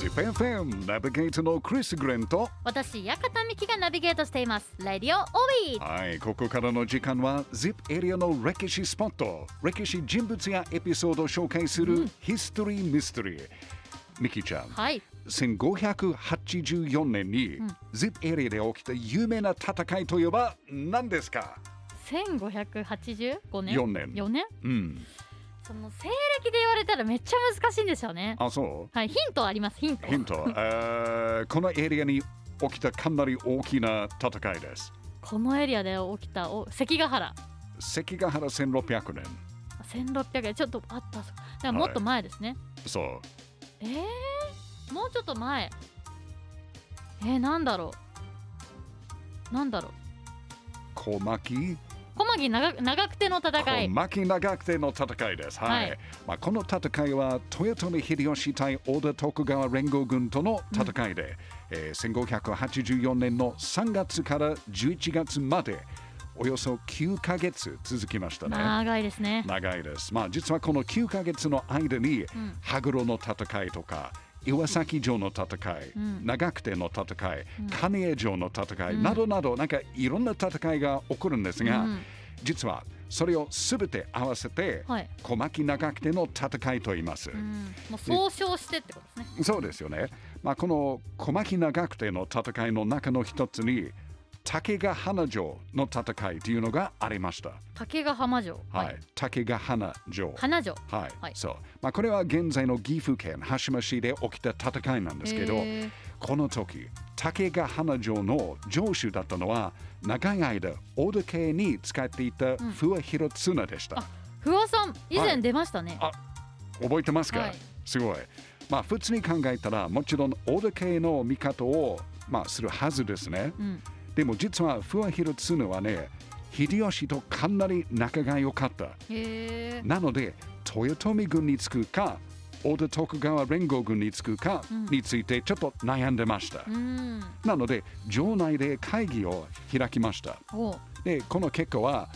ジパンフェンナビゲートのクリス・グレンと私、館美希がナビゲートしています。レディオオービーはいここからの時間は ZIP エリアの歴史スポット歴史人物やエピソードを紹介するヒストリー・ミステリーミキちゃん、はい。 1584年に ZIP エリアで起きた有名な戦いといえば何ですか、 1585年四年四年うん、その西暦で言われたらめっちゃ難しいんですよね。あそうはい、ヒントあります、ヒント。ヒン ト、えーこのエリアに起きたかなり大きな戦いです。このエリアで起きたお関ヶ原。関ヶ原1600年。 1600円ちょっとあったそうだからもっと前ですね、そう。えー、もうちょっと前えー、なんだろうなんだろう小牧、小牧長長久手の戦小い牧長久手の戦いです。はい。はいまあ、この戦いは豊臣秀吉対織田徳川連合軍との戦いで、えー1584年の3月から11月までおよそ9ヶ月続きましたね。長いですね長いです。まあ実はこの9ヶ月の間に、羽黒の戦いとか岩崎城の戦い、長久手の戦い、金江城の戦い、などなどなんかいろんな戦いが起こるんですが、うん実はそれをすべて合わせて、はい小牧長久手の戦いと言います。うんもう総称してってことですねそうですよね。まあ、この小牧長久手の戦いの中の一つに竹ヶ花城の戦いというのがありました。竹ヶ浜城はい、竹ヶ花城。花城はい、はいそう、まあ、これは現在の岐阜県羽島市で起きた戦いなんですけど、へーこの時竹ヶ花城の城主だったのは長い間織田家に使っていた不破広綱でした、あ不破さん以前出ましたね、あ覚えてますか、はいすごいまあ普通に考えたらもちろん織田家の味方をまあするはずですね、うんでも実は不破広綱はね秀吉とかなり仲が良かった、へえなので豊臣軍につくか織田徳川連合軍につくかについてちょっと悩んでました、うんなので城内で会議を開きましたおうでこの結果は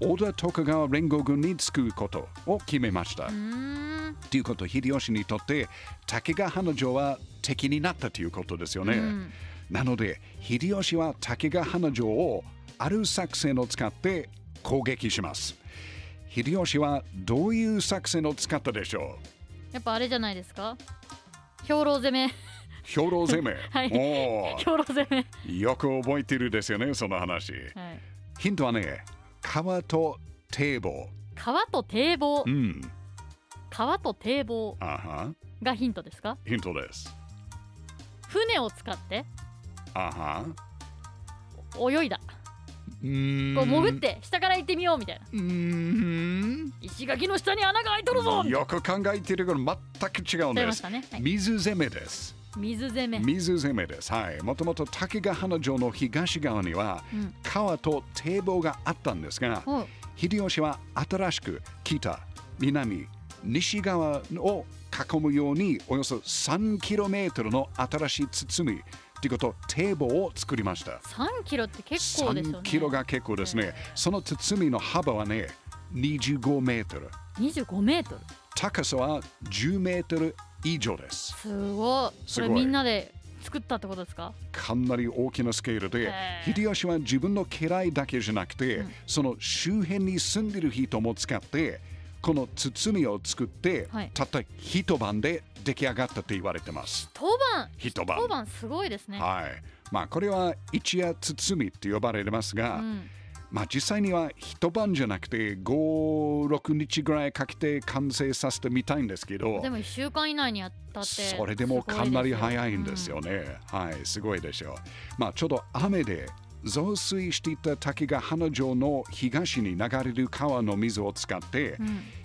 織田徳川連合軍につくことを決めました、うーんということ秀吉にとって竹ヶ花城は敵になったということですよね、うんなので秀吉は竹ヶ花城をある作戦を使って攻撃します秀吉はどういう作戦を使ったでしょやっぱあれじゃないですか兵糧攻めう兵糧攻め、 はいお兵糧攻めーよく覚えてるですよねその話はいヒントはね川と堤防川と堤防うん川と堤防あはがヒントですかヒントです船を使ってあは泳いだうーんこう潜って下から行ってみようみたいなうーん石垣の下に穴が開いとるぞよく考えてるけど全く違うんちゃいでましす、たね、はい、水攻めです水攻め水攻めです。はい。もともと竹ヶ花城の東側にはうん川と堤防があったんですが、おう秀吉は新しく北、南、西側を囲むようにおよそ 3km の新しい堤ということ堤防を作りました。 3キロって結構ですよね3キロが結構ですね。その堤の幅はね、25メートル。 25メートル高さは10メートル以上です。すごいすそごいれみんなで作ったってことですかかなり大きなスケールでへー秀吉は自分の家来だけじゃなくて、その周辺に住んでる人も使ってこの包を作って、はいたった一晩で出来上がったと言われてます当番一晩当番すごいですね、はいまあこれは一夜包って呼ばれてますが、うん、まあ実際には一晩じゃなくて56日ぐらいかけて完成させてみたいんですけどでも1週間以内にやったってそれでもかなり早いんですよ、よね。はい、すごいでしょう。まあ、ちょうど雨で増水していた滝が花城の東に流れる川の水を使って、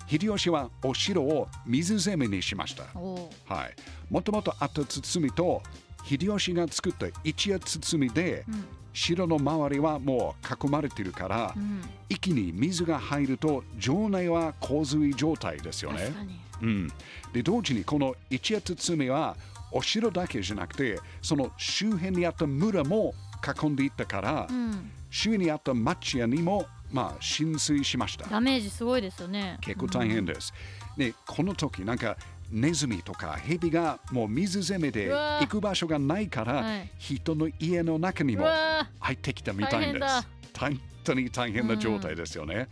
秀吉はお城を水攻めにしました。うんおうはい、もともとあった堤と秀吉が作った一夜堤で、城の周りはもう囲まれてるから、ん一気に水が入ると城内は洪水状態ですよね。確かにうん、で同時にこの一夜堤はお城だけじゃなくてその周辺にあった村も囲んでいったから、うん周囲にあった町屋にも、まあ、浸水しましたダメージすごいですよね結構大変です、でこの時なんかネズミとかヘビがもう水攻めでうわー行く場所がないから、はい人の家の中にうもわ入ってきたみたいで大変だす。本当に大変な状態ですよね。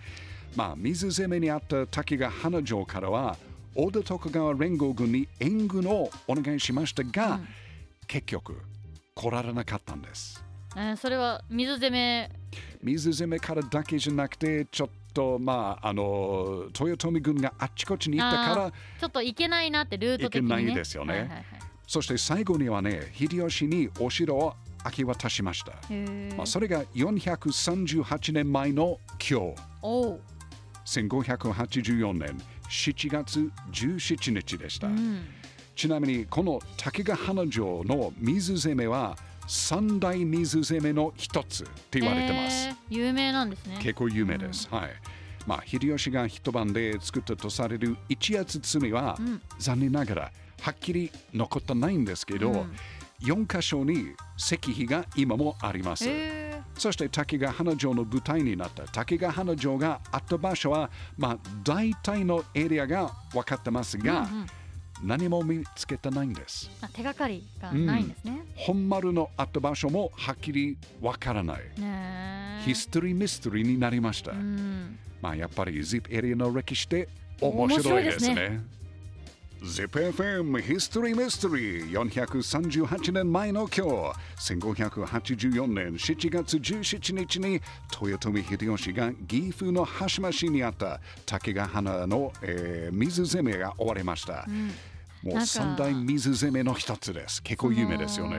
まあ、水攻めにあった滝ヶ花城からは、大田徳川連合軍に援軍をお願いしましたが、うん結局、来られなかったんです。ーえーそれは水攻め水攻めからだけじゃなくて、ちょっと、まあ、あの、豊臣軍があっちこっちに行ったから、ちょっといけないなってルート的に、ね、いけないですよねはいはいはいそして最後にはね、秀吉にお城を明け渡しました。へーまあ、それが438年前の今日。おう、 1584年7月17日でした、うん、ちなみにこの竹ヶ花城の水攻めは三大水攻めの一つって言われてます、へー有名なんですね結構有名です、はいまあ秀吉が一晩で作ったとされる一夜罪は、うん残念ながらはっきり残ってないんですけど、うん四4箇所に石碑が今もあります、へそして竹ヶ花城の舞台になった竹ヶ花城があった場所は、まあ、大体のエリアが分かってますーが、うんうん何も見つけてないんです。あ手がかりがないんですね、本丸のあった場所もはっきり分からない。ねえヒストリーミステリーになりました。うんまあやっぱり ZIP エリアの歴史って面白いです面白ね。ZIPFM ヒストリーミステリー438年前の今日1584年7月17日に豊臣秀吉が岐阜の橋橋にあった竹ヶ花の、えー水攻めが終わりました、うんもなんうか三大水攻めの一つです結構有名ですよね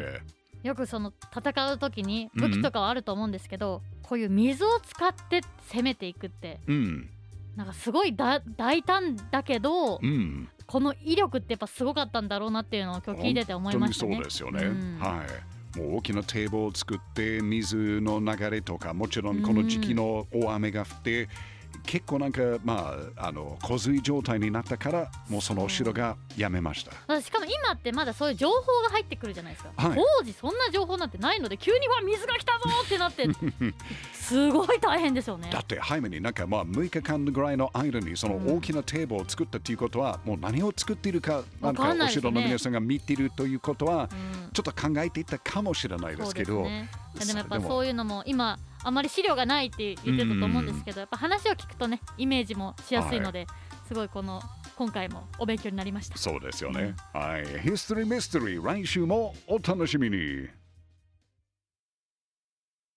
よくその戦う時にうん武器とかはあると思うんですけど、こういう水を使って攻めていくってうんなんかすごいだ大胆だけど、うんこの威力ってやっぱすごかったんだろうなっていうのを今日聞いてて思いましたね。本当にそうですよね。うんはい。もう大きな堤防を作って水の流れとかもちろんこの時期の大雨が降って、結構なんかまああの洪水状態になったからもうそのお城がやめました。だからしかも今ってまだそういう情報が入ってくるじゃないですか、はい当時そんな情報なんてないので急に「わ水が来たぞ!」ってなって すごい大変ですよねだって早めになんかまあ6日間ぐらいの間にその大きな堤防を作ったっていうことはもう何を作っているかなんわかかんないおですね城の皆さんが見ているということはうんちょっと考えていたかもしれないでそうすけどね、いやでもやっでぱもそういうのも今あまり資料がないって言ってたと思うんですけどやっぱ話を聞くとねイメージもしやすいので、すごいこの今回もお勉強になりましたそうですよね。はい。ヒストリーミステリー来週もお楽しみに。